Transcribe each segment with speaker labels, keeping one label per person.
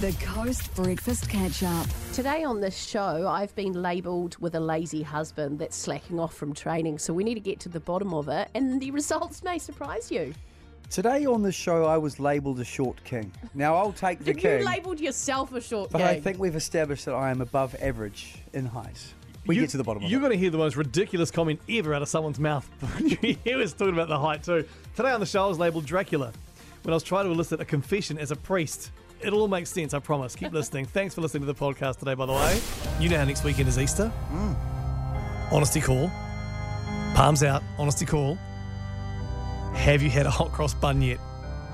Speaker 1: The Coast Breakfast Catch Up.
Speaker 2: Today on this show, I've been labelled with a lazy husband that's slacking off from training, so we need to get to the bottom of it, and the results may surprise you.
Speaker 3: Today on the show, I was labelled a short king. Now I'll take the
Speaker 2: you
Speaker 3: king,
Speaker 2: labelled yourself a short
Speaker 3: but
Speaker 2: king.
Speaker 3: I think we've established that I am above average in height. We
Speaker 4: You-
Speaker 3: get to the bottom of
Speaker 4: You're
Speaker 3: it.
Speaker 4: going to hear the most ridiculous comment ever out of someone's mouth. he was talking about the height too. Today on the show, I was labelled Dracula when I was trying to elicit a confession as a priest. It'll all make sense, I promise. Keep listening. Thanks for listening to the podcast today, by the way. You know how next weekend is Easter?
Speaker 3: Mm.
Speaker 4: Honesty call. Palms out. Honesty call. Have you had a hot cross bun yet?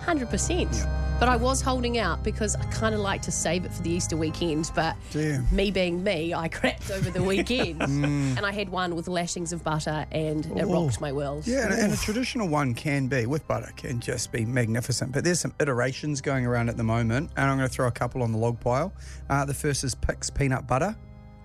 Speaker 2: 100%. But I was holding out because I kind of like to save it for the Easter weekend, but
Speaker 3: Damn.
Speaker 2: me being me, I cracked over the weekend. And I had one with lashings of butter, and it rocked my world.
Speaker 5: Yeah, and, and a traditional one can be with butter can just be magnificent. But there's some iterations going around at the moment, and I'm going to throw a couple on the log pile. Uh, the first is Pix peanut butter.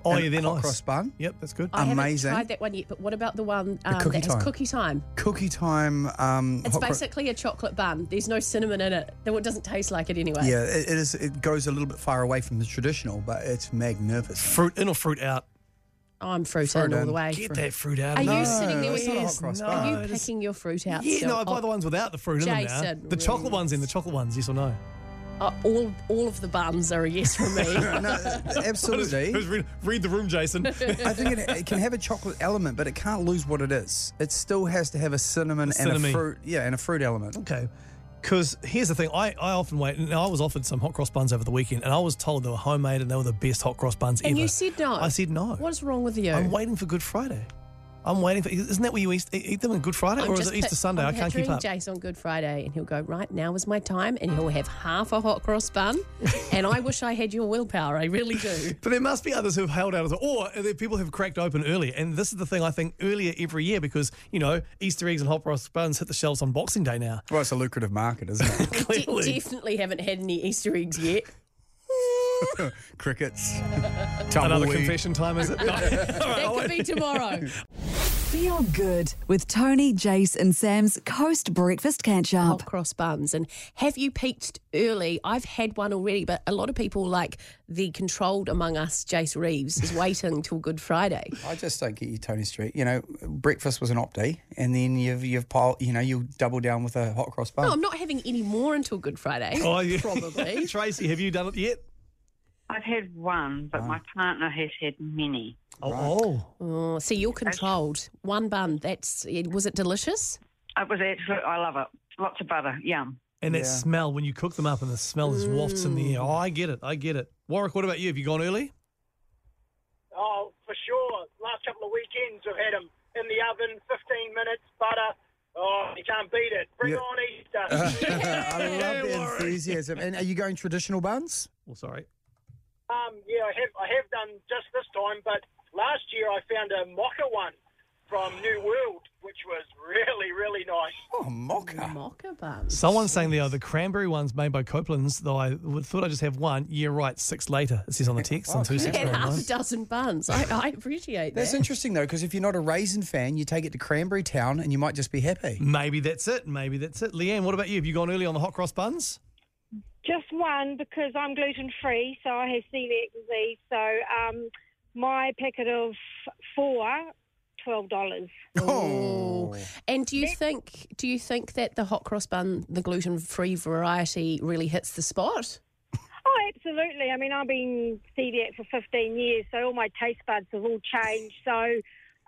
Speaker 4: Oh,
Speaker 5: and
Speaker 4: yeah, they're
Speaker 5: hot
Speaker 4: nice.
Speaker 5: cross bun.
Speaker 4: Yep, that's good.
Speaker 2: I haven't
Speaker 5: amazing.
Speaker 2: tried that one yet, but what about the one um,
Speaker 5: cookie
Speaker 2: that has
Speaker 5: time.
Speaker 2: cookie time?
Speaker 5: Cookie time. Um,
Speaker 2: It's
Speaker 5: hot cro-
Speaker 2: basically a chocolate bun. There's no cinnamon in it, though it doesn't taste like it anyway.
Speaker 5: yeah, it, it is. It goes a little bit far away from the traditional, but it's magnificent.
Speaker 4: fruit in or fruit out?
Speaker 2: I'm fruit
Speaker 5: Fruit
Speaker 2: in all
Speaker 5: in.
Speaker 2: the way.
Speaker 4: Get that fruit out.
Speaker 2: Are
Speaker 4: of
Speaker 2: you
Speaker 4: there.
Speaker 2: sitting there
Speaker 5: No,
Speaker 2: with
Speaker 5: it's not a hot
Speaker 2: yours?
Speaker 5: cross
Speaker 4: No,
Speaker 2: Are
Speaker 4: it
Speaker 2: you
Speaker 4: is-
Speaker 2: picking your fruit out?
Speaker 4: Yeah,
Speaker 2: still?
Speaker 4: no, I buy
Speaker 2: Oh,
Speaker 4: the ones without the fruit in them now.
Speaker 2: Jason,
Speaker 4: The chocolate
Speaker 2: really?
Speaker 4: ones in, the chocolate ones, yes or no?
Speaker 2: oh, all, all of the buns are a yes from me.
Speaker 5: No, absolutely.
Speaker 4: read, read the room, Jason.
Speaker 5: I think it, it can have a chocolate element, but it can't lose what it is. It still has to have a cinnamon and
Speaker 4: cinnamon.
Speaker 5: a fruit. Yeah, and a fruit element.
Speaker 4: okay. Because here's the thing, I, I often wait. Now, I was offered some hot cross buns over the weekend, and I was told they were homemade and they were the best hot cross buns ever.
Speaker 2: and you said no.
Speaker 4: I said no.
Speaker 2: What is wrong with you?
Speaker 4: I'm waiting for Good Friday. I'm waiting for. Isn't that where you eat, eat them on Good Friday,
Speaker 2: I'm
Speaker 4: or is
Speaker 2: just
Speaker 4: it Easter
Speaker 2: pic-
Speaker 4: Sunday?
Speaker 2: I'm
Speaker 4: I can't keep
Speaker 2: picturing
Speaker 4: up.
Speaker 2: Jason on Good Friday, and he'll go, Right now is my time, and he'll have half a hot cross bun. and I wish I had your willpower. I really do.
Speaker 4: But there must be others who've held out as well. Or there are people who've cracked open early. And this is the thing I think earlier every year because, you know, Easter eggs and hot cross buns hit the shelves on Boxing Day now.
Speaker 5: Well, it's a lucrative market, isn't it?
Speaker 2: De-
Speaker 4: Clearly.
Speaker 2: definitely haven't had any Easter eggs yet.
Speaker 5: Crickets.
Speaker 4: Another
Speaker 5: Tumbleweed.
Speaker 4: confession time, is it? No. All right,
Speaker 2: That
Speaker 4: I'll
Speaker 2: could
Speaker 4: wait.
Speaker 2: be tomorrow.
Speaker 1: Feel good with Tony, Jace, and Sam's Coast Breakfast Catch Up.
Speaker 2: hot cross buns and have you peaked early i've had one already but a lot of people like the controlled among us jace reeves is waiting till good friday
Speaker 5: I just don't get you, Tony Street. You know, breakfast was an op day, and then you've you've piled, you know, you'll double down with a hot cross bun.
Speaker 2: no i'm not having any more until good friday
Speaker 4: Oh, yeah.
Speaker 2: probably
Speaker 4: Tracy, have you done it yet?
Speaker 6: I've had one, but my partner has had many.
Speaker 4: Oh, oh.
Speaker 2: oh, see you're controlled one bun that's it- was it delicious
Speaker 6: It was absolute. I love it. Lots of butter. Yum.
Speaker 4: and that smell when you cook them up, and the smell is wafts in the air.
Speaker 2: Mm.
Speaker 4: Oh, I get it. I get it. Warwick, what about you? Have you gone early?
Speaker 7: Oh, for sure. Last couple of weekends, I've had them in the oven, 15 minutes, butter. Oh, you can't beat it. Bring
Speaker 5: Yeah.
Speaker 7: on Easter.
Speaker 5: I love
Speaker 4: Yeah,
Speaker 5: the
Speaker 4: Warwick.
Speaker 5: enthusiasm. And are you going traditional buns?
Speaker 4: Well, sorry.
Speaker 7: um, yeah, I have, I have done just this time, but last year I found a mocha one from New World, which was really, really nice.
Speaker 5: Oh, mocha.
Speaker 2: mocha buns
Speaker 4: Someone's saying there, the cranberry ones made by Copeland's, though I would- thought I just have one. Yeah, right. Six later. It says on the text on two
Speaker 2: you
Speaker 4: six.
Speaker 2: had half a dozen buns i, I appreciate
Speaker 5: That's
Speaker 2: that
Speaker 5: interesting though, because if you're not a raisin fan, you take it to Cranberry Town, and you might just be happy.
Speaker 4: Maybe that's it. Maybe that's it. Leanne, what about you? Have you gone early on the hot cross buns?
Speaker 8: Just one because I'm gluten free, so I have celiac disease. So um, my packet of four, twelve dollars.
Speaker 2: Oh. And do you think do you think that the hot cross bun, the gluten free variety, really hits the spot?
Speaker 8: Oh, absolutely. I mean, I've been celiac for 15 years, so all my taste buds have all changed. So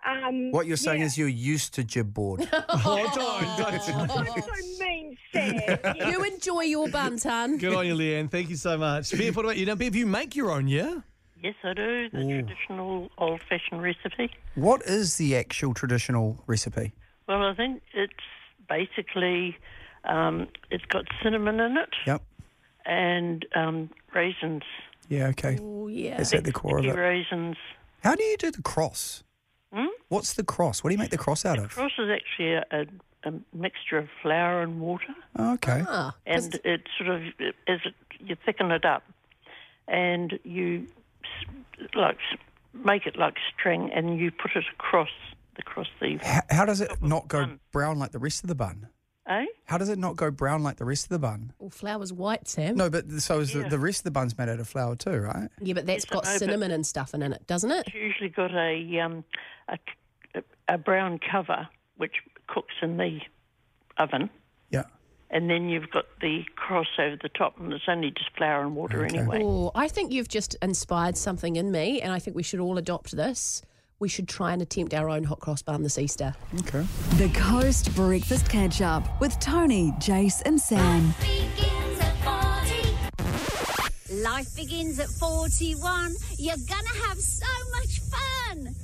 Speaker 8: um,
Speaker 5: What you're saying
Speaker 8: yeah.
Speaker 5: is you're used to jibboard.
Speaker 4: Oh, don't, don't.
Speaker 8: I'm so mean, Sam. Yeah.
Speaker 2: You enjoy your buns, hun.
Speaker 4: Good on you, Leanne. Thank you so much. Bev, what about you? Now, Bev, you make your own, yeah?
Speaker 6: Yes, I do. The traditional old fashioned recipe.
Speaker 5: What is the actual traditional recipe?
Speaker 6: Well, I think it's basically um, it's got cinnamon in it
Speaker 5: Yep.
Speaker 6: and um, raisins,
Speaker 5: Yeah. Okay.
Speaker 2: Oh yeah.
Speaker 5: It's at the core of
Speaker 6: sticky
Speaker 5: it.
Speaker 6: raisins. Hmm?
Speaker 5: How do you do the cross? What's the cross? What do you make the cross out of?
Speaker 6: Cross is actually a, a, a mixture of flour and water,
Speaker 5: Oh, okay.
Speaker 2: Ah,
Speaker 6: and it sort of as it, you thicken it up, and you s- like s- make it like string, and you put it across across the
Speaker 5: How, how does it not go brown like the rest of the bun?
Speaker 6: eh?
Speaker 5: How does it not go brown like the rest of the bun?
Speaker 2: Well, flour's white, Sam.
Speaker 5: No, but th- so is the, the rest of the bun's made out of flour too, right?
Speaker 2: Yeah, but that's got
Speaker 6: no, but-
Speaker 2: cinnamon and stuff in it, doesn't it?
Speaker 6: It's usually got a um, a, a brown cover which cooks in the oven,
Speaker 5: Yeah.
Speaker 6: and then you've got the cross over the top, and it's only just flour and water anyway.
Speaker 2: Oh, I think you've just inspired something in me, and I think we should all adopt this. We should try and attempt our own hot cross bun this Easter.
Speaker 5: Okay.
Speaker 1: The Coast Breakfast Catch Up with Tony, Jace, and Sam.
Speaker 9: begins at 40. Life begins at 41. You're gonna have so much fun.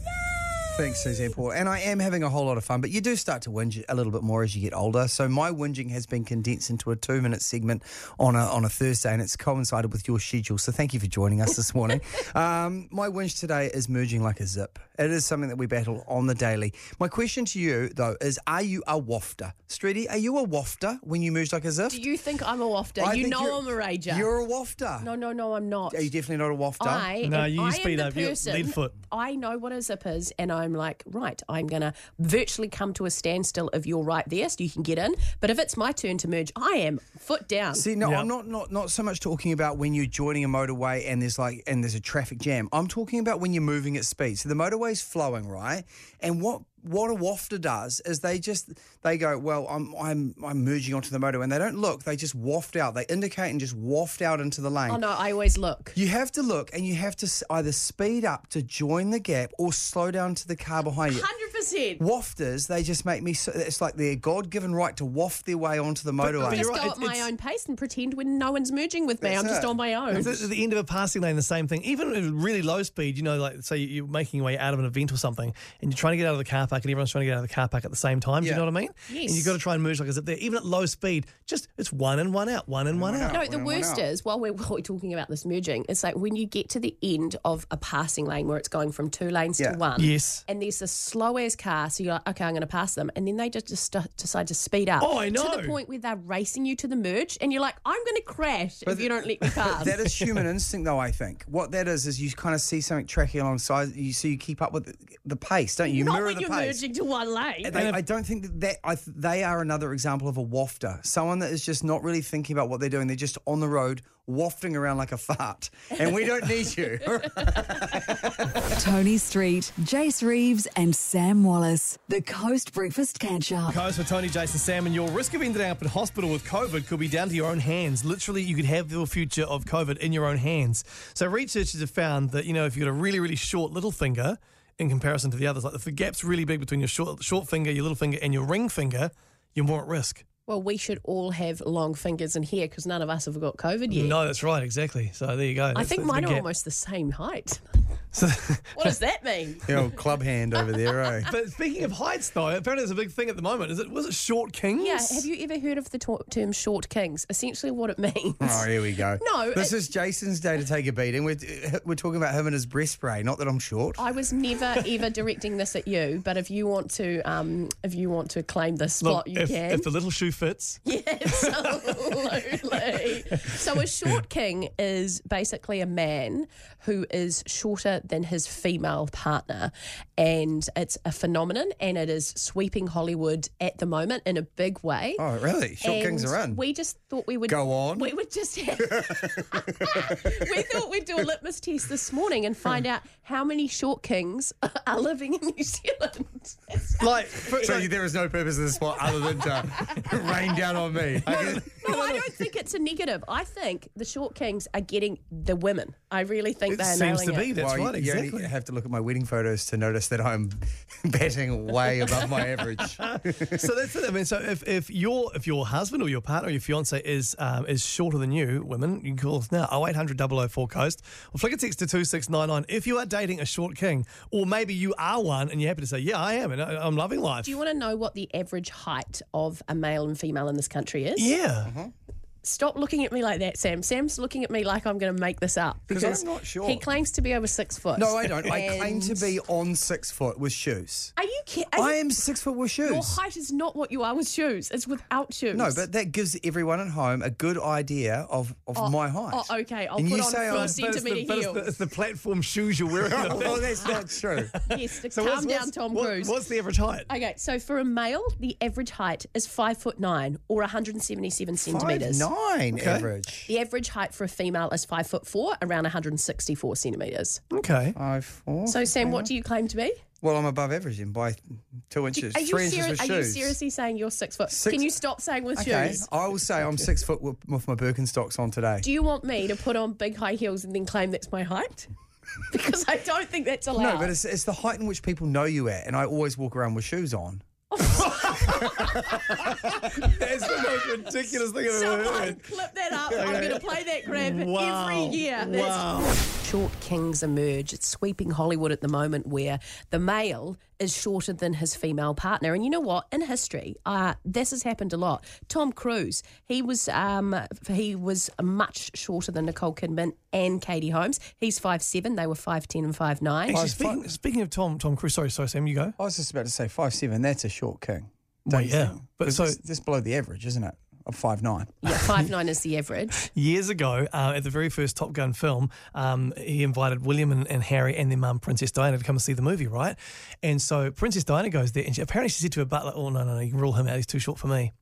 Speaker 5: Thanks, Susie Airport. And I am having a whole lot of fun, but you do start to whinge a little bit more as you get older. So my whinging has been condensed into a two minute segment on a, on a Thursday, and it's coincided with your schedule. So thank you for joining us this morning. um, my whinge today is merging like a zip. It is something that we battle on the daily. My question to you, though, is are you a wafter? Streety, are you a wafter when you merge like a zip?
Speaker 2: Do you think I'm a wafter?
Speaker 5: I
Speaker 2: you
Speaker 5: think
Speaker 2: know
Speaker 5: you're-
Speaker 2: I'm a rager.
Speaker 5: You're a wafter.
Speaker 2: no, no, no, I'm not.
Speaker 5: Are you definitely not a wafter?
Speaker 2: I
Speaker 4: No,
Speaker 2: am-
Speaker 4: you
Speaker 2: I
Speaker 4: speed
Speaker 2: am
Speaker 4: up.
Speaker 2: the
Speaker 4: You're
Speaker 2: person.
Speaker 4: Leadfoot.
Speaker 2: I know what a zip is, and I'm like, right, I'm gonna virtually come to a standstill if you're right there, so you can get in. But if it's my turn to merge, I am foot down.
Speaker 5: See, no,
Speaker 4: Yeah.
Speaker 5: I'm not, not not so much talking about when you're joining a motorway and there's like and there's a traffic jam. I'm talking about when you're moving at speed. So the motorway's flowing, right? And what what a wafter does is they just they go, well, I'm I'm I'm merging onto the motorway, and they don't look. They just waft out. They indicate and just waft out into the lane.
Speaker 2: oh no, I always look.
Speaker 5: You have to look, and you have to s- either speed up to join the gap or slow down to the car behind you.
Speaker 2: Hundred percent.
Speaker 5: Wafters, they just make me. So, it's like their God-given right to waft their way onto the motorway.
Speaker 2: Just
Speaker 4: you're right,
Speaker 2: go
Speaker 4: it's-
Speaker 2: at my
Speaker 4: it's-
Speaker 2: own pace and pretend when no one's merging with me.
Speaker 5: That's
Speaker 2: I'm just
Speaker 5: it.
Speaker 2: on my own.
Speaker 4: It's at the end of a passing lane, the same thing. Even at really low speed, you know, like say you're making your way out of an event or something, and you're trying to get out of the car park, and everyone's trying to get out of the car park at the same time. Do
Speaker 5: Yeah.
Speaker 4: you know what I mean?
Speaker 2: Yes.
Speaker 4: And you've got to try and merge like as if there. Even at low speed, just it's one and one out, one and one, out.
Speaker 2: No,
Speaker 5: one
Speaker 2: the
Speaker 5: and one
Speaker 2: worst
Speaker 5: out.
Speaker 2: is while we're, while we're talking about this merging, it's like when you get to the end of a passing lane where it's going from two lanes
Speaker 5: Yeah.
Speaker 2: to one.
Speaker 4: Yes.
Speaker 2: And there's a slow as car, so you're like, okay, I'm going to pass them, and then they just, just st- decide to speed up.
Speaker 4: Oh, I
Speaker 2: To
Speaker 4: know.
Speaker 2: the point where they're racing you to the merge, and you're like, I'm going to crash if you don't let me pass.
Speaker 5: that is human instinct, though. I think what that is is you kind of see something tracking alongside you, so you keep up with the- the pace, don't you? You
Speaker 2: Not
Speaker 5: mirror
Speaker 2: when
Speaker 5: the
Speaker 2: you're
Speaker 5: pace.
Speaker 2: merging to one lane.
Speaker 5: And they- I don't think that, that I th- they are another example of a wafter, someone that is just not really thinking about what they're doing. They're just on the road wafting around like a fart, and we don't need you.
Speaker 1: Tony Street, Jace Reeves, and Sam Wallace. The Coast Breakfast Catch Up.
Speaker 4: Coast with Tony, Jason, Sam, and your risk of ending up in hospital with COVID could be down to your own hands. Literally, you could have your future of COVID in your own hands. So, researchers have found that, you know, if you've got a really, really short little finger in comparison to the others, like if the gap's really big between your short, short finger, your little finger, and your ring finger, you're more at risk.
Speaker 2: well, we should all have long fingers in here because none of us have got COVID yet.
Speaker 4: No, that's right, exactly. So, there you go.
Speaker 2: I
Speaker 4: That's-
Speaker 2: think
Speaker 4: that's the
Speaker 2: mine are
Speaker 4: gap.
Speaker 2: almost the same height.
Speaker 4: So-
Speaker 2: What does that mean?
Speaker 5: the old club hand over there, eh?
Speaker 4: but speaking of heights, though, apparently there's a big thing at the moment. Is it Was it short kings?
Speaker 2: Yeah, have you ever heard of the to- term short kings? Essentially, what it means.
Speaker 5: Oh, here we go.
Speaker 2: No,
Speaker 5: this
Speaker 2: it-
Speaker 5: is Jason's day to take a beating. We're, we're talking about him and his breast spray. Not that I'm short.
Speaker 2: I was never ever directing this at you, but if you want to, um, if you want to claim this spot,
Speaker 4: Look,
Speaker 2: you
Speaker 4: if,
Speaker 2: can.
Speaker 4: if the little shoe fits,
Speaker 2: Yes, absolutely. so a short king is basically a man who is shorter than his female partner, and it's a phenomenon, and it is sweeping Hollywood at the moment in a big way.
Speaker 5: Oh, really? Short kings
Speaker 2: And
Speaker 5: are in.
Speaker 2: We just thought we would
Speaker 5: Go on.
Speaker 2: We would just have, we thought we'd do a litmus test this morning and find out how many short kings are living in New Zealand.
Speaker 4: like,
Speaker 5: So there is no purpose in this spot other than to rain down on me.
Speaker 2: No, I don't think it's a negative. I think the short kings are getting the women. I really think
Speaker 4: it
Speaker 2: they're
Speaker 4: seems
Speaker 2: nailing
Speaker 4: to be.
Speaker 2: it.
Speaker 4: That's
Speaker 5: well,
Speaker 4: right,
Speaker 5: you- you only
Speaker 4: exactly.
Speaker 5: have to look at my wedding photos to notice that I'm batting way above my average.
Speaker 4: so that's it. I mean, so if, if your if your husband or your partner or your fiance is um, is shorter than you, women, you can call us now 0800 004 Coast or flick a text to 2699 if you are dating a short king or maybe you are one and you're happy to say, yeah, I am and I, I'm loving life. Mm-hmm.
Speaker 2: Do you want to know what the average height of a male and female in this country is?
Speaker 4: yeah.
Speaker 2: Stop looking at me like that, Sam. Sam's looking at me like I'm going to make this up
Speaker 5: Because I'm not sure.
Speaker 2: he claims to be over six foot.
Speaker 5: No, I don't. I claim to
Speaker 2: And-
Speaker 5: be on six foot with shoes.
Speaker 2: Are you kidding?
Speaker 5: I am six foot with shoes.
Speaker 2: Your height is not what you are with shoes. It's without shoes.
Speaker 5: No, but that gives everyone at home a good idea of, of my height.
Speaker 2: oh, okay, I'll
Speaker 5: and
Speaker 2: put
Speaker 5: you
Speaker 2: on
Speaker 5: say
Speaker 2: four
Speaker 5: I'm-
Speaker 2: cent-
Speaker 4: it's the,
Speaker 2: Centimetre
Speaker 4: but it's the,
Speaker 2: heels.
Speaker 4: it's the platform shoes you're wearing.
Speaker 5: Oh, that's not true.
Speaker 2: yes, calm
Speaker 4: So what's-
Speaker 2: down,
Speaker 4: what's-
Speaker 2: Tom
Speaker 4: what-
Speaker 2: Cruise.
Speaker 4: What's the average height?
Speaker 2: Okay, so for a male, the average height is five foot nine or 177 centimeters.
Speaker 5: Five nine average.
Speaker 2: The average height for a female is five foot four, around 164 centimeters.
Speaker 4: Okay.
Speaker 5: Five four.
Speaker 2: So, Sam, what do you claim to be?
Speaker 5: well, I'm above average then by two inches,
Speaker 2: Are you,
Speaker 5: three inches
Speaker 2: seri-
Speaker 5: with
Speaker 2: are you
Speaker 5: shoes.
Speaker 2: seriously saying you're six foot? Can you stop saying with
Speaker 5: Okay,
Speaker 2: shoes?
Speaker 5: I will say I'm six foot with, with my Birkenstocks on today.
Speaker 2: Do you want me to put on big high heels and then claim that's my height? Because I don't think that's allowed.
Speaker 5: no, but it's, it's the height in which people know you at, and I always walk around with shoes on.
Speaker 4: That's the most ridiculous thing I've ever
Speaker 2: Someone
Speaker 4: heard.
Speaker 2: clip that up. I'm going to play that grab
Speaker 4: Wow.
Speaker 2: every year. That's
Speaker 4: Wow.
Speaker 2: Short kings emerge. It's sweeping Hollywood at the moment where the male is shorter than his female partner. And you know what? In history, uh, this has happened a lot. Tom Cruise, he was um, he was much shorter than Nicole Kidman and Katie Holmes. He's 5'7, they were 5'10 and 5'9.
Speaker 4: Actually, speaking, speaking of Tom Tom Cruise, sorry, sorry, Sam, you go.
Speaker 5: I was just about to say five seven. That's a short king.
Speaker 4: Well, yeah, but
Speaker 5: But
Speaker 4: so-
Speaker 5: so that's below the average, isn't it? Of five nine.
Speaker 2: Yeah, 5'9 is the average.
Speaker 4: Years ago, uh, at the very first Top Gun film, um, he invited William and, and Harry and their mum, Princess Diana, to come and see the movie, right? And so Princess Diana goes there, and she, apparently she said to her butler, "Oh no, no, no, you can rule him out. He's too short for me."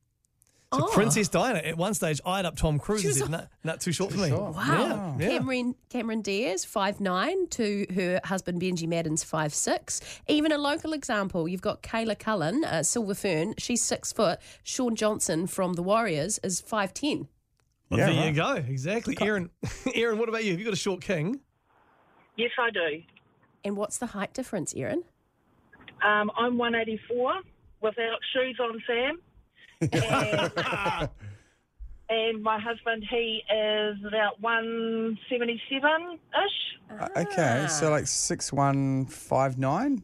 Speaker 4: So
Speaker 2: Oh.
Speaker 4: Princess Diana, at one stage, eyed up Tom Cruise and
Speaker 2: was
Speaker 4: said, "No, not too short for me."
Speaker 2: Wow.
Speaker 4: Yeah, yeah.
Speaker 2: Cameron Cameron Diaz, 5'9 to her husband Benji Madden's 5'6. Even a local example, you've got Kayla Cullen, uh, Silver Fern, she's six foot. Sean Johnson from the Warriors is 5'10.
Speaker 4: Well,
Speaker 5: Yeah,
Speaker 4: there you
Speaker 5: right.
Speaker 4: go. Exactly, Aaron. Aaron, what about you? Have you got a short king?
Speaker 7: Yes, I do.
Speaker 2: And what's the height difference, Erin?
Speaker 7: Um, I'm 184 without shoes on, Sam. And, and my husband, he is about 177 ish.
Speaker 5: Uh,
Speaker 7: Ah.
Speaker 5: Okay, so like six one five nine,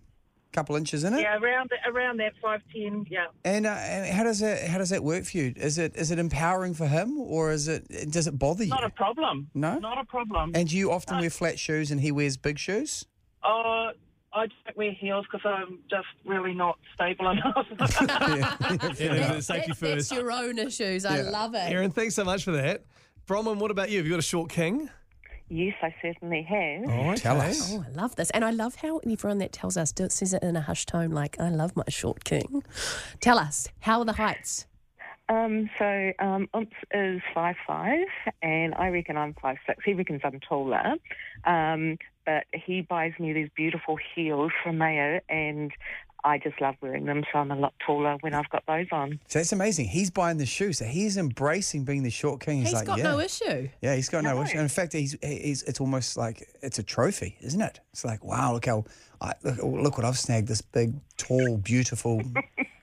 Speaker 5: couple inches in it.
Speaker 7: Yeah, around th- around that 510. Yeah.
Speaker 5: And, uh, and how does it how does that work for you? Is it is it empowering for him or is it does it bother you?
Speaker 7: Not a problem.
Speaker 5: No?
Speaker 7: Not a problem.
Speaker 5: and do you often wear flat shoes and he wears big shoes?
Speaker 7: Uh, I don't wear heels because I'm just really not stable enough.
Speaker 4: Yeah, safety
Speaker 2: That- Uh, That's
Speaker 4: first.
Speaker 2: your own issues. I love it.
Speaker 4: Aaron, thanks so much for that. Bronwyn, what about you? Have you got a short king?
Speaker 10: Yes, I certainly have.
Speaker 4: Oh,
Speaker 5: Tell us.
Speaker 2: Oh, I love this. And I love how everyone that tells us do- says it in a hushed tone, like, I love my short king. Tell us, how are the heights?
Speaker 10: Um, so um, Umps is five five, and I reckon I'm five six. He reckons I'm taller, um, but he buys me these beautiful heels from Mayo, and I just love wearing them. So I'm a lot taller when I've got those on.
Speaker 5: So that's amazing. He's buying the shoes. So he's embracing being the short king. He's,
Speaker 2: He's
Speaker 5: like,
Speaker 2: got
Speaker 5: yeah.
Speaker 2: no issue.
Speaker 5: Yeah, he's got no, issue. And in fact, he's, he's it's almost like it's a trophy, isn't it? It's like, wow, look how I, look, oh, look what I've snagged this big, tall, beautiful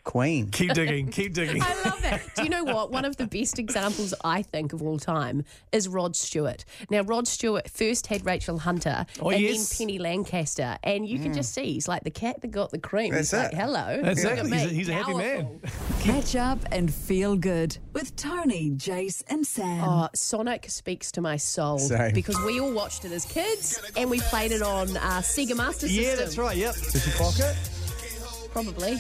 Speaker 5: queen.
Speaker 4: Keep digging, keep digging.
Speaker 2: I love it. Do you know what? One of the best examples I think of all time is Rod Stewart. Now, Rod Stewart first had Rachel Hunter
Speaker 4: Oh,
Speaker 2: and
Speaker 4: yes. Mm.
Speaker 2: then Penny Lancaster. And you can just see he's like the cat that got the cream. He's like,
Speaker 5: That's it.
Speaker 2: hello.
Speaker 4: That's
Speaker 2: look at
Speaker 4: exactly. He's a-
Speaker 2: me,
Speaker 4: he's a happy man.
Speaker 2: powerful.
Speaker 1: Catch up and feel good with Tony, Jace, and Sam.
Speaker 2: Oh, Sonic speaks to my soul
Speaker 5: Same.
Speaker 2: because we all watched it as kids and we played it on uh, Sega Master System.
Speaker 4: yeah, that's right. Yep.
Speaker 5: Did you clock it?
Speaker 2: Probably.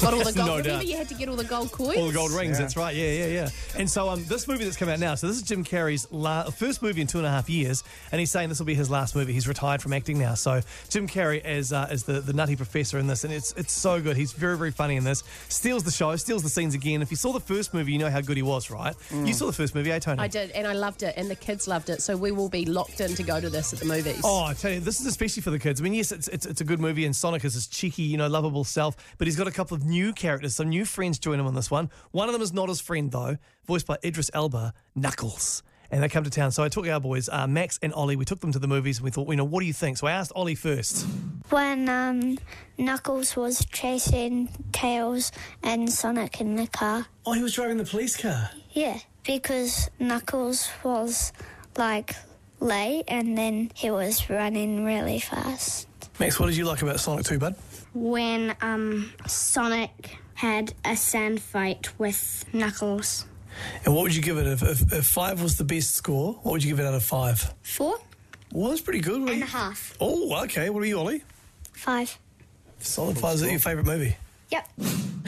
Speaker 2: Got all the gold.
Speaker 4: No
Speaker 2: Remember,
Speaker 4: doubt.
Speaker 2: you had to get all the gold coins.
Speaker 4: All the gold rings. That's right. Yeah, yeah, yeah. And so, um, this movie that's come out now. So this is Jim Carrey's la- first movie in two and a half years, and he's saying this will be his last movie. He's retired from acting now. So Jim Carrey is uh, is the, the nutty professor in this, and it's it's so good. He's very very funny in this. Steals the show, steals the scenes again. If you saw the first movie, you know how good he was, right? You saw the first movie, eh, Tony?
Speaker 2: Mm. I did, and I loved it, and the kids loved it. So we will be locked in to go to this at the movies.
Speaker 4: Oh, I tell you, this is especially for the kids. I mean, yes, it's, it's, it's a good movie, and Sonic is his cheeky, you know, lovable self, but he's got a couple of new characters, some new friends join him on this one. One of them is not his friend, though, voiced by Idris Elba, Knuckles. And they come to town. So I took our boys, uh, Max and Ollie, we took them to the movies and we thought, you know, what do you think? So I asked Ollie first.
Speaker 11: when um, Knuckles was chasing Tails and Sonic in the car.
Speaker 4: Oh, he was driving the police car.
Speaker 11: Yeah, because Knuckles was like late and then he was running really fast.
Speaker 4: Max, what did you like about Sonic 2, bud?
Speaker 11: When um, Sonic had a sand fight with Knuckles.
Speaker 12: And what would you give it if, if, if five was the best score? What would you give it out of five?
Speaker 11: Four
Speaker 12: Well, that's pretty good. What are
Speaker 11: and
Speaker 12: you-
Speaker 11: a half.
Speaker 12: Oh, okay. What are you, Ollie?
Speaker 11: Five.
Speaker 12: Solid five. Is that your favourite movie?
Speaker 11: Yep.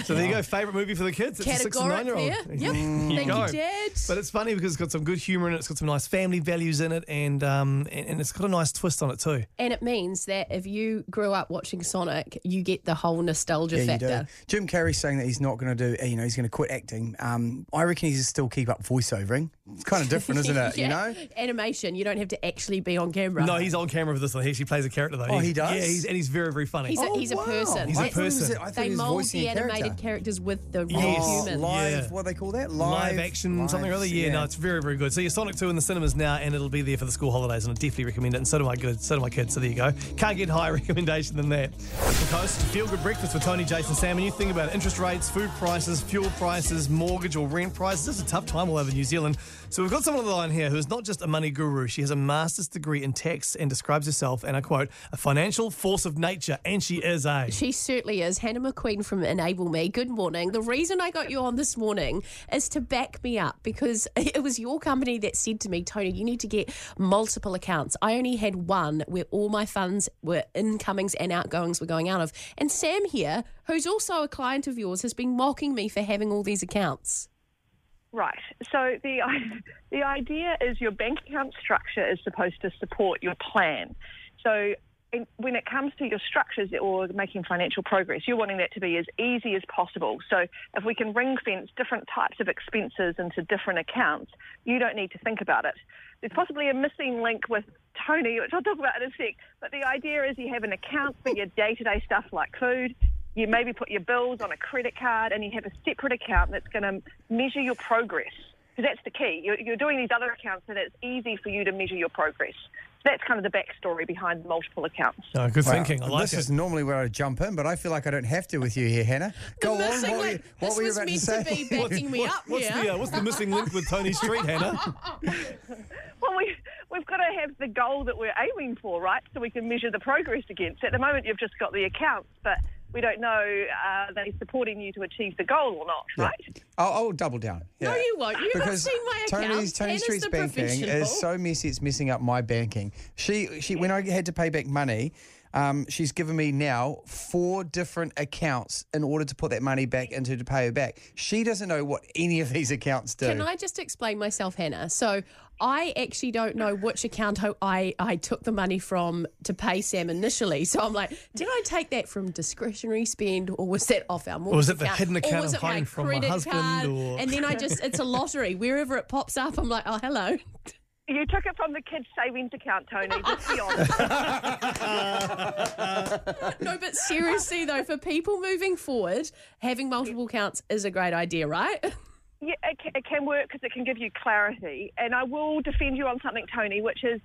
Speaker 4: So there you go, favourite movie for the kids. It's a six and
Speaker 2: Categoric
Speaker 4: nine year old. Mm.
Speaker 2: there. Yep. Thank you, Dad.
Speaker 4: But it's funny because it's got some good humour in it. It's got some nice family values in it, and um, and, and it's got a nice twist on it too.
Speaker 2: And it means that if you grew up watching Sonic, you get the whole nostalgia
Speaker 5: Yeah, you do.
Speaker 2: factor.
Speaker 5: Jim Carrey's saying that he's not going to do, you know, he's going to quit acting. Um, I reckon he's still keep up voiceovering. It's kind of different, isn't it? You know,
Speaker 2: Animation, you don't have to actually be on camera.
Speaker 4: No, he's on camera for this one. He actually plays a character though.
Speaker 5: Oh, he
Speaker 4: He's-
Speaker 5: does?
Speaker 4: Yeah, he's, and he's very, very funny.
Speaker 2: He's, a, he's a person.
Speaker 4: He's a
Speaker 2: That's-
Speaker 4: person.
Speaker 2: They mold the animated characters with the real
Speaker 4: Yes.
Speaker 2: human.
Speaker 5: live.
Speaker 4: Yeah.
Speaker 5: What do they call that?
Speaker 4: Live,
Speaker 5: Live,
Speaker 4: action,
Speaker 5: live,
Speaker 4: something or other. Yeah, no, it's very, very good. So you're Sonic 2 in the cinemas now, and it'll be there for the school holidays, and I definitely recommend it. And so do my good, so do my kids. So there you go. Can't get higher recommendation than that. The Coast, feel good breakfast with Tony, Jason, Sam, and you think about it, interest rates, food prices, fuel prices, mortgage or rent prices. This is a tough time all over New Zealand. So we've got someone on the line here who is not just a money guru. She has a master's degree in tax and describes herself, and I quote, a financial force of nature, and she is a.
Speaker 2: She certainly is. Hannah McQueen from Enable Me. Good morning. The reason I got you on this morning is to back me up because it was your company that said to me, Tony, you need to get multiple accounts. I only had one where all my funds were incomings and outgoings were going out of. And Sam here, who's also a client of yours, has been mocking me for having all these accounts.
Speaker 13: Right. So the the idea is your bank account structure is supposed to support your plan. So in, when it comes to your structures or making financial progress, you're wanting that to be as easy as possible. So if we can ring fence different types of expenses into different accounts, you don't need to think about it. There's possibly a missing link with Tony, which I'll talk about in a sec. But the idea is you have an account for your day-to-day stuff like food, you maybe put your bills on a credit card and you have a separate account that's going to measure your progress. Because that's the key. You're, you're doing these other accounts so that it's easy for you to measure your progress. So that's kind of the backstory behind multiple accounts.
Speaker 4: No, Oh, good thinking. I like
Speaker 5: this
Speaker 4: it.
Speaker 5: is normally where I would jump in, but I feel like I don't have to with you here, Hannah. Go on. What,
Speaker 2: missing
Speaker 5: were you,
Speaker 2: link.
Speaker 5: what
Speaker 2: This
Speaker 5: were you
Speaker 2: was
Speaker 5: about to
Speaker 2: meant
Speaker 5: say?
Speaker 2: to be backing me up
Speaker 4: What's
Speaker 2: here.
Speaker 4: the, uh, what's the missing link with Tony Street, Hannah?
Speaker 13: Well, we, we've got to have the goal that we're aiming for, right? So we can measure the progress against. At the moment, you've just got the accounts, but we don't know uh, are they supporting you to achieve the goal or not,
Speaker 5: Yeah.
Speaker 13: right?
Speaker 5: I'll, I'll double down.
Speaker 13: No, you won't. You haven't
Speaker 5: because
Speaker 13: seen my account.
Speaker 5: Tony's, Tony
Speaker 13: Hannah's
Speaker 5: Street's
Speaker 13: the
Speaker 5: banking
Speaker 13: professional.
Speaker 5: is so messy; it's messing up my banking. She, she, when I had to pay back money, um, she's given me now four different accounts in order to put that money back into to pay her back. She doesn't know what any of these accounts do.
Speaker 2: Can I just explain myself, Hannah? So I actually don't know which account ho- I, I took the money from to pay Sam initially. So I'm like, did I take that from discretionary spend or was that off our mortgage
Speaker 4: was it the hidden account
Speaker 2: Or was
Speaker 4: I'm
Speaker 2: it my
Speaker 4: hiding from my
Speaker 2: credit
Speaker 4: husband
Speaker 2: card?
Speaker 4: or-
Speaker 2: And then I just, it's a lottery. Wherever it pops up, I'm like, oh, hello.
Speaker 13: You took it from the kids' savings account, Tony. Just be honest.
Speaker 2: No, but seriously though, for people moving forward, having multiple accounts is a great idea, right?
Speaker 13: Yeah, it can, it can work because it can give you clarity. And I will defend you on something, Tony, which is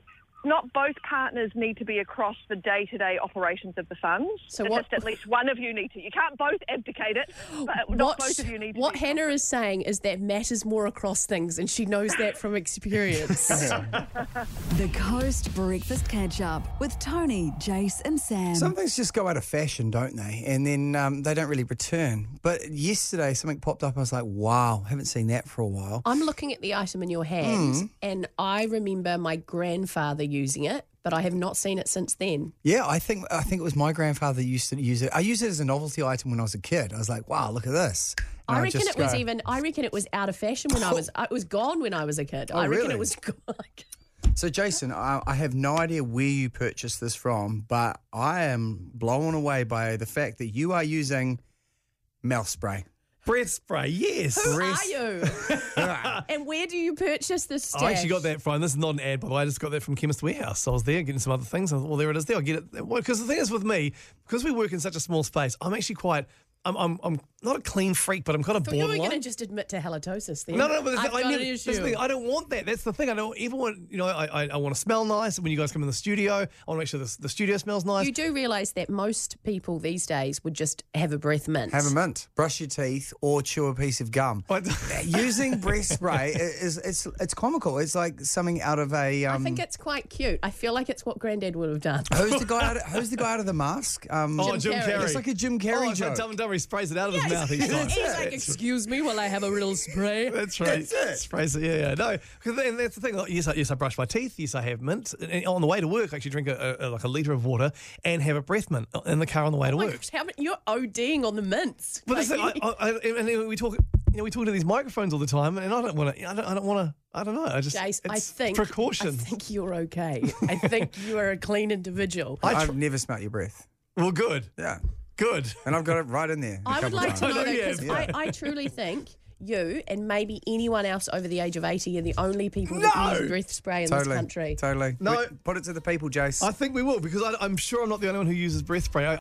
Speaker 13: not both partners need to be across the day-to-day operations of the funds.
Speaker 2: So
Speaker 13: At
Speaker 2: what-
Speaker 13: least- at least one of you need to. You can't both abdicate it, but
Speaker 2: what
Speaker 13: not both of you need to.
Speaker 2: what Hannah is saying is that matters more across things, and she knows that from experience.
Speaker 1: The Coast Breakfast Catch Up with Tony, Jace, and Sam.
Speaker 5: Some things just go out of fashion, don't they? And then um, they don't really return. But yesterday, something popped up. I was like, "Wow, haven't seen that for a while."
Speaker 2: I'm looking at the item in your hand,
Speaker 4: Hmm.
Speaker 2: and I remember my grandfather using it, but I have not seen it since then.
Speaker 5: Yeah, I think I think it was my grandfather that used to use it. I used it as a novelty item when I was a kid. I was like, "Wow, look at this!" And
Speaker 2: I
Speaker 4: Oh,
Speaker 5: I'd
Speaker 2: reckon
Speaker 5: just
Speaker 2: it was
Speaker 5: go-
Speaker 2: even. I reckon it was out of fashion when I was. It was gone when I was a kid.
Speaker 5: Oh,
Speaker 2: I reckon
Speaker 5: really?
Speaker 2: it was. gone.
Speaker 5: So, Jason, I, I have no idea where you purchased this from, but I am blown away by the fact that you are using mouth spray.
Speaker 4: Breath spray, yes.
Speaker 2: Who are you? and where do you purchase this stuff?
Speaker 4: I actually got that from. This is not an ad, by the way. I just got that from Chemist Warehouse. I was there getting some other things. I thought, well, there it is. There, I get it. Because the thing is with me, because we work in such a small space, I'm actually quite. I'm, I'm, I'm not a clean freak, but I'm kind of
Speaker 2: Thought you were
Speaker 4: borderline.
Speaker 2: going to just admit to halitosis then.
Speaker 4: No, no, but there's
Speaker 2: I've
Speaker 4: no- I,
Speaker 2: got
Speaker 4: mean,
Speaker 2: an
Speaker 4: there's
Speaker 2: issue.
Speaker 4: the thing, I don't want that. That's the thing. I don't even want, you know, I, I, I want to smell nice when you guys come in the studio. I want to make sure the, the studio smells nice.
Speaker 2: You do realise that most people these days would just have a breath mint.
Speaker 5: Have a mint, brush your teeth, or chew a piece of gum. Using breath spray i- is it's it's comical. It's like something out of a. Um,
Speaker 2: I think it's quite cute. I feel like it's what Granddad would have done.
Speaker 5: who's the guy? Out of, who's the guy out of the mask? Um,
Speaker 2: Oh, Jim Jim Carrey. Carrey.
Speaker 5: It's like a Jim Carrey
Speaker 2: Oh, it's
Speaker 5: joke.
Speaker 2: like Dumb and Dumber.
Speaker 4: where he sprays it out of his mouth each
Speaker 2: he's,
Speaker 4: time.
Speaker 2: like, excuse me while I have a little spray.
Speaker 4: That's right. Sprays it. Yeah, yeah. No, 'cause then that's the thing. Like, yes, I, yes, I brush my teeth. Yes, I have mint. And- and on the way to work, I actually drink a, a, a- like a liter of water and have a breath mint in the car on the way to work.
Speaker 2: How many, you're ODing on the mints.
Speaker 4: But that's
Speaker 2: Like,
Speaker 4: it, I, I, I, and then we talk. You know, we talk to these microphones all the time, and I don't want to. I don't, I don't want to. I don't know. I just.
Speaker 2: Jace, I
Speaker 4: it's
Speaker 2: think
Speaker 4: precaution.
Speaker 2: I think you're okay. I think you are a clean individual.
Speaker 5: I've never smelt your breath.
Speaker 4: Well, good.
Speaker 5: Yeah.
Speaker 4: Good.
Speaker 5: And I've got it right in there. a
Speaker 2: I would
Speaker 5: couple
Speaker 2: like to
Speaker 5: times.
Speaker 2: know because I, I truly think you and maybe anyone else over the age of 80 are the only people that
Speaker 5: No!
Speaker 2: use breath spray in
Speaker 5: totally,
Speaker 2: this country.
Speaker 5: Totally.
Speaker 4: No.
Speaker 5: We- put it to the people, Jace.
Speaker 4: I think we will because I, I'm sure I'm not the only one who uses breath spray. I,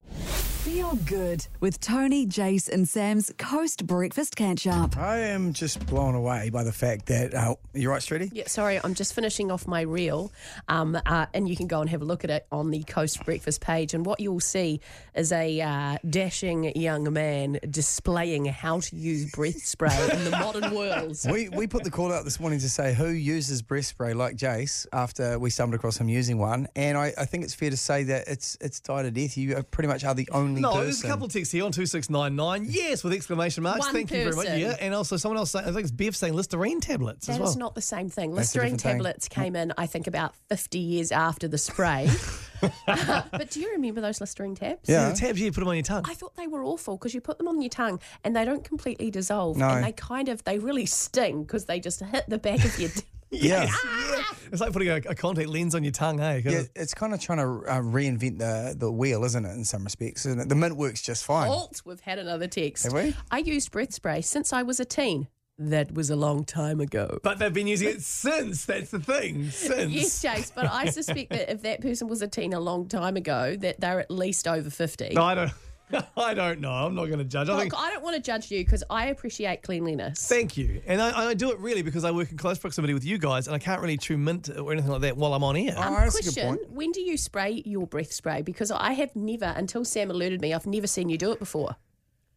Speaker 1: Feel good with Tony, Jace, and Sam's Coast Breakfast Catch Up.
Speaker 5: I am just blown away by the fact that. Oh, you're right, Shreddy?
Speaker 2: Yeah, sorry, I'm just finishing off my reel, um, uh, and you can go and have a look at it on the Coast Breakfast page. And what you'll see is a uh, dashing young man displaying how to use breath spray in the modern world.
Speaker 5: we, we put the call out this morning to say who uses breath spray like Jace after we stumbled across him using one. And I, I think it's fair to say that it's it's died a death. You are pretty much are the only
Speaker 4: No,
Speaker 5: person.
Speaker 4: there's a couple of texts here on 2699. Yes, with exclamation marks.
Speaker 2: One
Speaker 4: Thank you very much.
Speaker 2: person.
Speaker 4: Yeah, and also someone else, saying, I think it's Bev saying Listerine tablets
Speaker 2: That
Speaker 4: as
Speaker 2: is
Speaker 4: well.
Speaker 2: not the same thing.
Speaker 4: That's a
Speaker 2: Listerine
Speaker 4: different thing.
Speaker 2: tablets came in, I think, about 50 years after the spray. but do you remember those Listerine tabs?
Speaker 4: yeah. the tabs, yeah, put them on your tongue.
Speaker 2: I thought they were awful because you put them on your tongue and they don't completely dissolve
Speaker 4: No.
Speaker 2: and they kind of they really sting because they just hit the back of your t-
Speaker 5: Yeah.
Speaker 4: It's like putting a, a contact lens on your tongue, hey? 'Cause
Speaker 5: Yeah, it's kind of trying to uh, reinvent the, the wheel, isn't it, in some respects? Isn't it? The mint works just fine.
Speaker 4: Oh.
Speaker 2: Alt, we've had another text.
Speaker 5: Have we?
Speaker 2: I used breath spray since I was a teen. That was a long time ago.
Speaker 4: But they've been using it since. That's the thing. Since.
Speaker 2: Yes, Jace, but I suspect that if that person was a teen a long time ago, that they're at least over 50.
Speaker 4: No, I don't. I don't know. I'm not going to judge. I
Speaker 2: Look,
Speaker 4: think.
Speaker 2: I don't want to judge you because I appreciate cleanliness.
Speaker 4: Thank you. And I, and I do it really because I work in close proximity with you guys, and I can't really chew mint or anything like that while I'm on air.
Speaker 2: Um, question: When do you spray your breath spray? Because I have never, until Sam alerted me, I've never seen you do it before.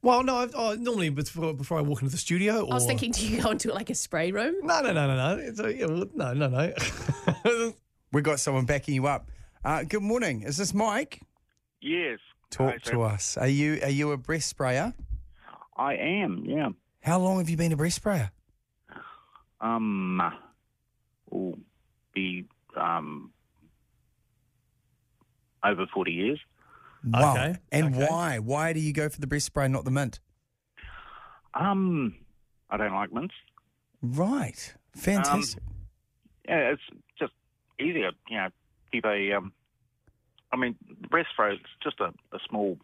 Speaker 4: Well, no, I've, oh, normally before, before I walk into the studio. Or...
Speaker 2: I was thinking, do you go into like a spray room?
Speaker 4: No, no, no, no, no. It's a, yeah, well, no, no, no.
Speaker 5: We've got someone backing you up. Uh, good morning. Is this Mike?
Speaker 14: Yes,
Speaker 5: Talk
Speaker 14: Hi,
Speaker 5: to
Speaker 14: Sam.
Speaker 5: us. Are you are you a breath sprayer?
Speaker 14: I am. Yeah.
Speaker 5: How long have you been a breath sprayer?
Speaker 14: Um, will be um over forty years.
Speaker 5: Wow.
Speaker 14: Okay,
Speaker 5: And why? Why do you go for the breath spray, not the mint?
Speaker 14: Um, I don't like mints.
Speaker 5: Right.
Speaker 2: Um,
Speaker 5: Fantastic.
Speaker 14: Yeah, it's just easier. You know, keep a um. I mean, breast spray is just a, a small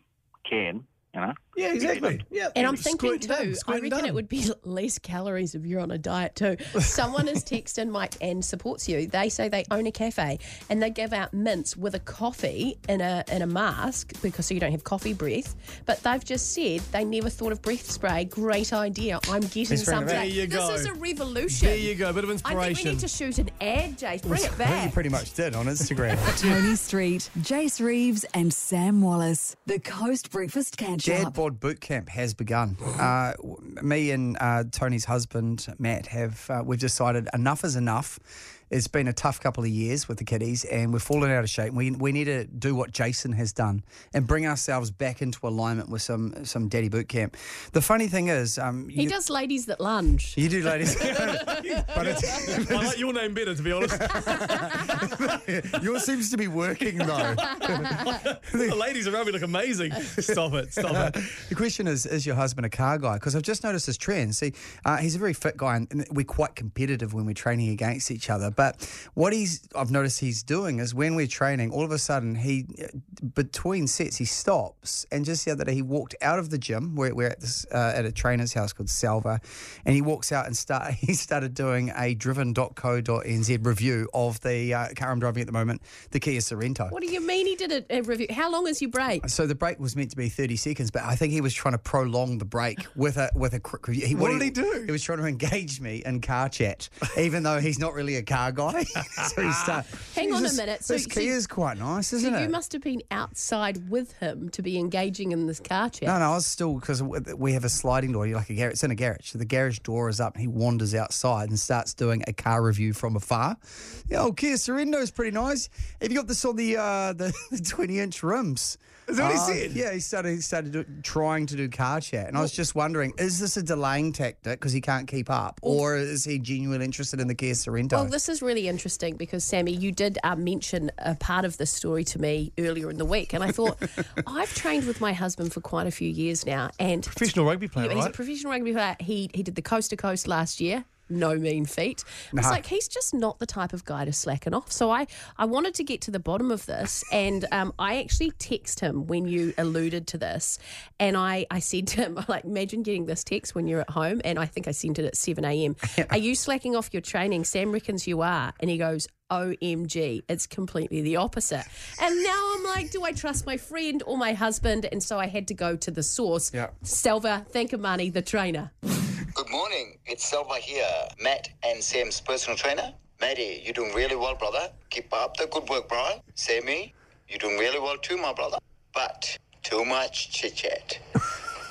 Speaker 14: can. You know.
Speaker 4: Yeah, exactly. Yeah.
Speaker 2: And I'm thinking
Speaker 4: Squirt and dab,
Speaker 2: too, I
Speaker 4: squirt um, and
Speaker 2: reckon
Speaker 4: dab.
Speaker 2: it would be less calories if you're on a diet too. Someone has texted Mike and supports you. They say they own a cafe and they give out mints with a coffee in a in a mask because so you don't have coffee breath. But they've just said they never thought of breath spray. Great idea. I'm getting
Speaker 4: Breath spray in a
Speaker 2: something.
Speaker 4: bag. There you
Speaker 2: this
Speaker 4: go.
Speaker 2: is a revolution.
Speaker 4: There you go, a bit of
Speaker 2: I think we
Speaker 4: inspiration.
Speaker 2: need to shoot an ad, Jace. Bring it back.
Speaker 5: You pretty much did on Instagram.
Speaker 1: Tony Street, Jace Reeves, and Sam Wallace. The Coast Breakfast Catch
Speaker 5: Dad
Speaker 1: Up.
Speaker 5: bod boot camp has begun. Uh, w- me and uh, Tony's husband Matt have uh, we've decided enough is enough. It's been a tough couple of years with the kiddies, and we've fallen out of shape. We we need to do what Jason has done and bring ourselves back into alignment with some some daddy boot camp. The funny thing is, um,
Speaker 2: He
Speaker 5: you,
Speaker 2: does ladies that lunge.
Speaker 5: you do, ladies. but it's,
Speaker 4: I like your name better, to be honest.
Speaker 5: yours seems to be working though.
Speaker 4: the ladies around me look amazing. Stop it. Stop it.
Speaker 5: the question is, is your husband a car guy? Because I've just noticed this trend. See, uh, he's a very fit guy, and, and we're quite competitive when we're training against each other. But what he's, I've noticed he's doing is when we're training, all of a sudden he, between sets, he stops. And just the other day, he walked out of the gym. We're, we're at this uh, at a trainer's house called Salva, and he walks out and start. He started doing a driven.co.nz review of the uh, car I'm driving at the moment, the Kia Sorento.
Speaker 2: What do you mean he did a, a review? How long is your break?
Speaker 5: So the break was meant to be thirty seconds, but I think he was trying to prolong the break with a with a. cr- He,
Speaker 4: What did he do?
Speaker 5: He was trying to engage me in car chat, even though he's not really a car guy. so he start,
Speaker 2: Hang on a
Speaker 5: Jesus,
Speaker 2: minute, so-
Speaker 5: this
Speaker 2: so-
Speaker 5: Kia is quite nice, isn't
Speaker 2: so
Speaker 5: it?
Speaker 2: you must have been outside with him to be engaging in this car chat.
Speaker 5: No, no, I was still because we have a sliding door. You're like a garage. It's in a garage. So the garage door is up, and he wanders outside and starts doing a car review from afar. The old Kia Sorrento is pretty nice. Have you got this on the uh, the, the 20 inch rims?
Speaker 15: Is that what he
Speaker 5: Uh,
Speaker 15: said?
Speaker 5: Yeah, he started he started do, trying to do car chat, and I was just wondering, is this a delaying tactic because he can't keep up, or is he genuinely interested in the Kia Sorrento?
Speaker 2: Well, this is really interesting because Sammy, you did uh, mention a part of this story to me earlier in the week, and I thought I've trained with my husband for quite a few years now, and
Speaker 4: Professional rugby player,
Speaker 2: he's a
Speaker 4: right?
Speaker 2: professional rugby player. He he did the coast to coast last year. No mean feat.
Speaker 4: Nah.
Speaker 2: It's like he's just not the type of guy to slacken off. So I, I wanted to get to the bottom of this, and um, I actually text him when you alluded to this, and I, I said to him, like, imagine getting this text when you're at home, and I think I sent it at seven a.m. Are you slacking off your training? Sam reckons you are, and he goes. OMG, it's completely the opposite. And now I'm like, do I trust my friend or my husband? And so I had to go to the source.
Speaker 5: Yeah.
Speaker 2: Selva Thankamani, the trainer.
Speaker 16: Good morning. It's Selva here, Matt and Sam's personal trainer. Matty, you're doing really well, brother. Keep up the good work, Brian. Sammy, you're doing really well too, my brother. But too much chit chat.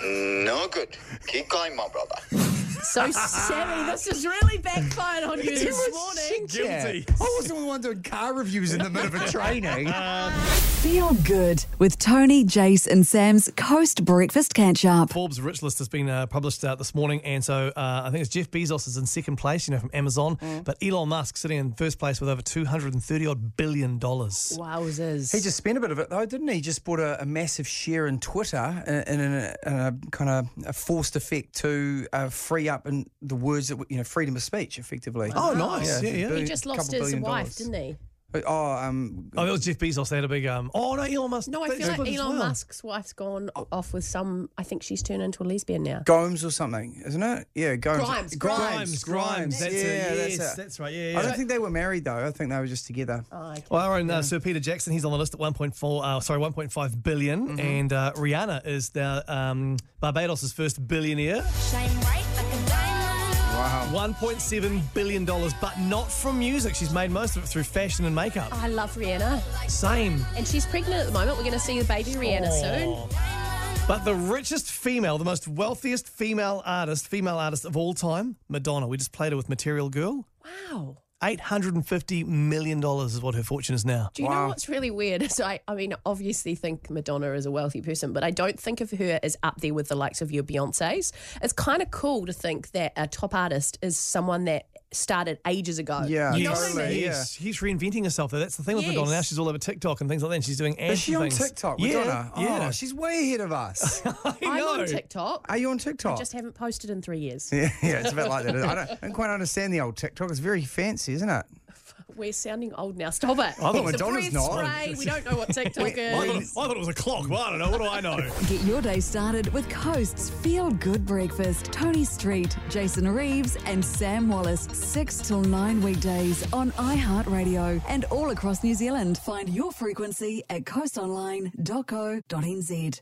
Speaker 16: No good. Keep going, my brother.
Speaker 2: So, Sammy, this has really backfired on you
Speaker 5: Too
Speaker 2: this
Speaker 5: much
Speaker 2: morning.
Speaker 5: Yeah. I wasn't the one doing car reviews in the middle of a training.
Speaker 1: Feel good with Tony, Jace, and Sam's Coast Breakfast Catch Up.
Speaker 4: Forbes Rich List has been uh, published out this morning, and so uh, I think it's Jeff Bezos is in second place, you know, from Amazon,
Speaker 2: Mm.
Speaker 4: but Elon Musk sitting in first place with over two hundred and thirty odd billion dollars.
Speaker 2: Wowzers.
Speaker 5: He just spent a bit of it though, didn't he? He Just bought a, a massive share in Twitter uh, in, in, a, in a kind of a forced effect to uh, free up in the words that w- you know freedom of speech, effectively.
Speaker 4: Oh,
Speaker 2: He just lost his wife, didn't he?
Speaker 5: he? Oh, um,
Speaker 4: oh, it was Jeff Bezos. They had a big um. Oh no, Elon Musk.
Speaker 2: No, I
Speaker 4: they-
Speaker 2: feel
Speaker 4: they
Speaker 2: like
Speaker 4: split as
Speaker 2: Elon
Speaker 4: well.
Speaker 2: Musk's wife's gone off with some. I think she's turned into a lesbian now.
Speaker 5: Gomes or something, isn't it? Yeah, Gomes.
Speaker 2: Grimes,
Speaker 4: Grimes, Grimes, that's it, yes, that's right, yeah,
Speaker 5: I
Speaker 4: yeah.
Speaker 5: don't think they were married though. I think they were just together.
Speaker 4: Well, our own uh, Sir Peter Jackson, he's on the list at 1.4, uh, sorry, 1.5 billion. and uh, Rihanna is now um, Barbados' first billionaire.
Speaker 5: Wow.
Speaker 4: $1.7 billion, but not from music. She's made most of it through fashion and makeup.
Speaker 2: I love Rihanna.
Speaker 4: Same.
Speaker 2: And she's pregnant at the moment. We're going to see the baby Rihanna
Speaker 4: Aw. But the richest female, the most wealthiest female artist, female artist of all time, Madonna. We just played her with Material Girl.
Speaker 2: soon. Wow.
Speaker 4: $850 million is what her fortune is now.
Speaker 2: Do you know what's really weird? So I, I mean, obviously think Madonna is a wealthy person, but I don't think of her as up there with the likes of your Beyonces. It's kind of cool to think that a top artist is someone that started ages ago. You know what I
Speaker 4: yes,
Speaker 2: mean?
Speaker 4: yes. She's reinventing herself, though. That's the thing with Madonna.
Speaker 2: Yes.
Speaker 4: Now she's all over TikTok and things like that. And she's doing ads
Speaker 5: Is she
Speaker 4: and
Speaker 5: on
Speaker 4: things.
Speaker 5: TikTok?
Speaker 4: Yeah,
Speaker 5: Madonna? Oh,
Speaker 4: yeah.
Speaker 5: she's way ahead of us.
Speaker 2: I'm
Speaker 5: know.
Speaker 2: on TikTok.
Speaker 5: Are you on
Speaker 2: I
Speaker 5: TikTok?
Speaker 2: just haven't posted in three years.
Speaker 5: Yeah, yeah, it's a bit like that. I don't, I don't quite understand the old TikTok. It's very fancy, isn't it?
Speaker 2: We're sounding old now. Stop it.
Speaker 5: thought
Speaker 2: It's a
Speaker 5: Madonna's
Speaker 2: breath
Speaker 5: not.
Speaker 2: Spray. We don't know what TikTok
Speaker 4: I
Speaker 2: is.
Speaker 4: thought, I thought it was a clock, but I don't know. What do I know?
Speaker 1: Get your day started with Coast's Feel Good Breakfast. Tony Street, Jason Reeves, and Sam Wallace. 6 till 9 weekdays on iHeartRadio and all across New Zealand. Find your frequency at coastonline.co.nz.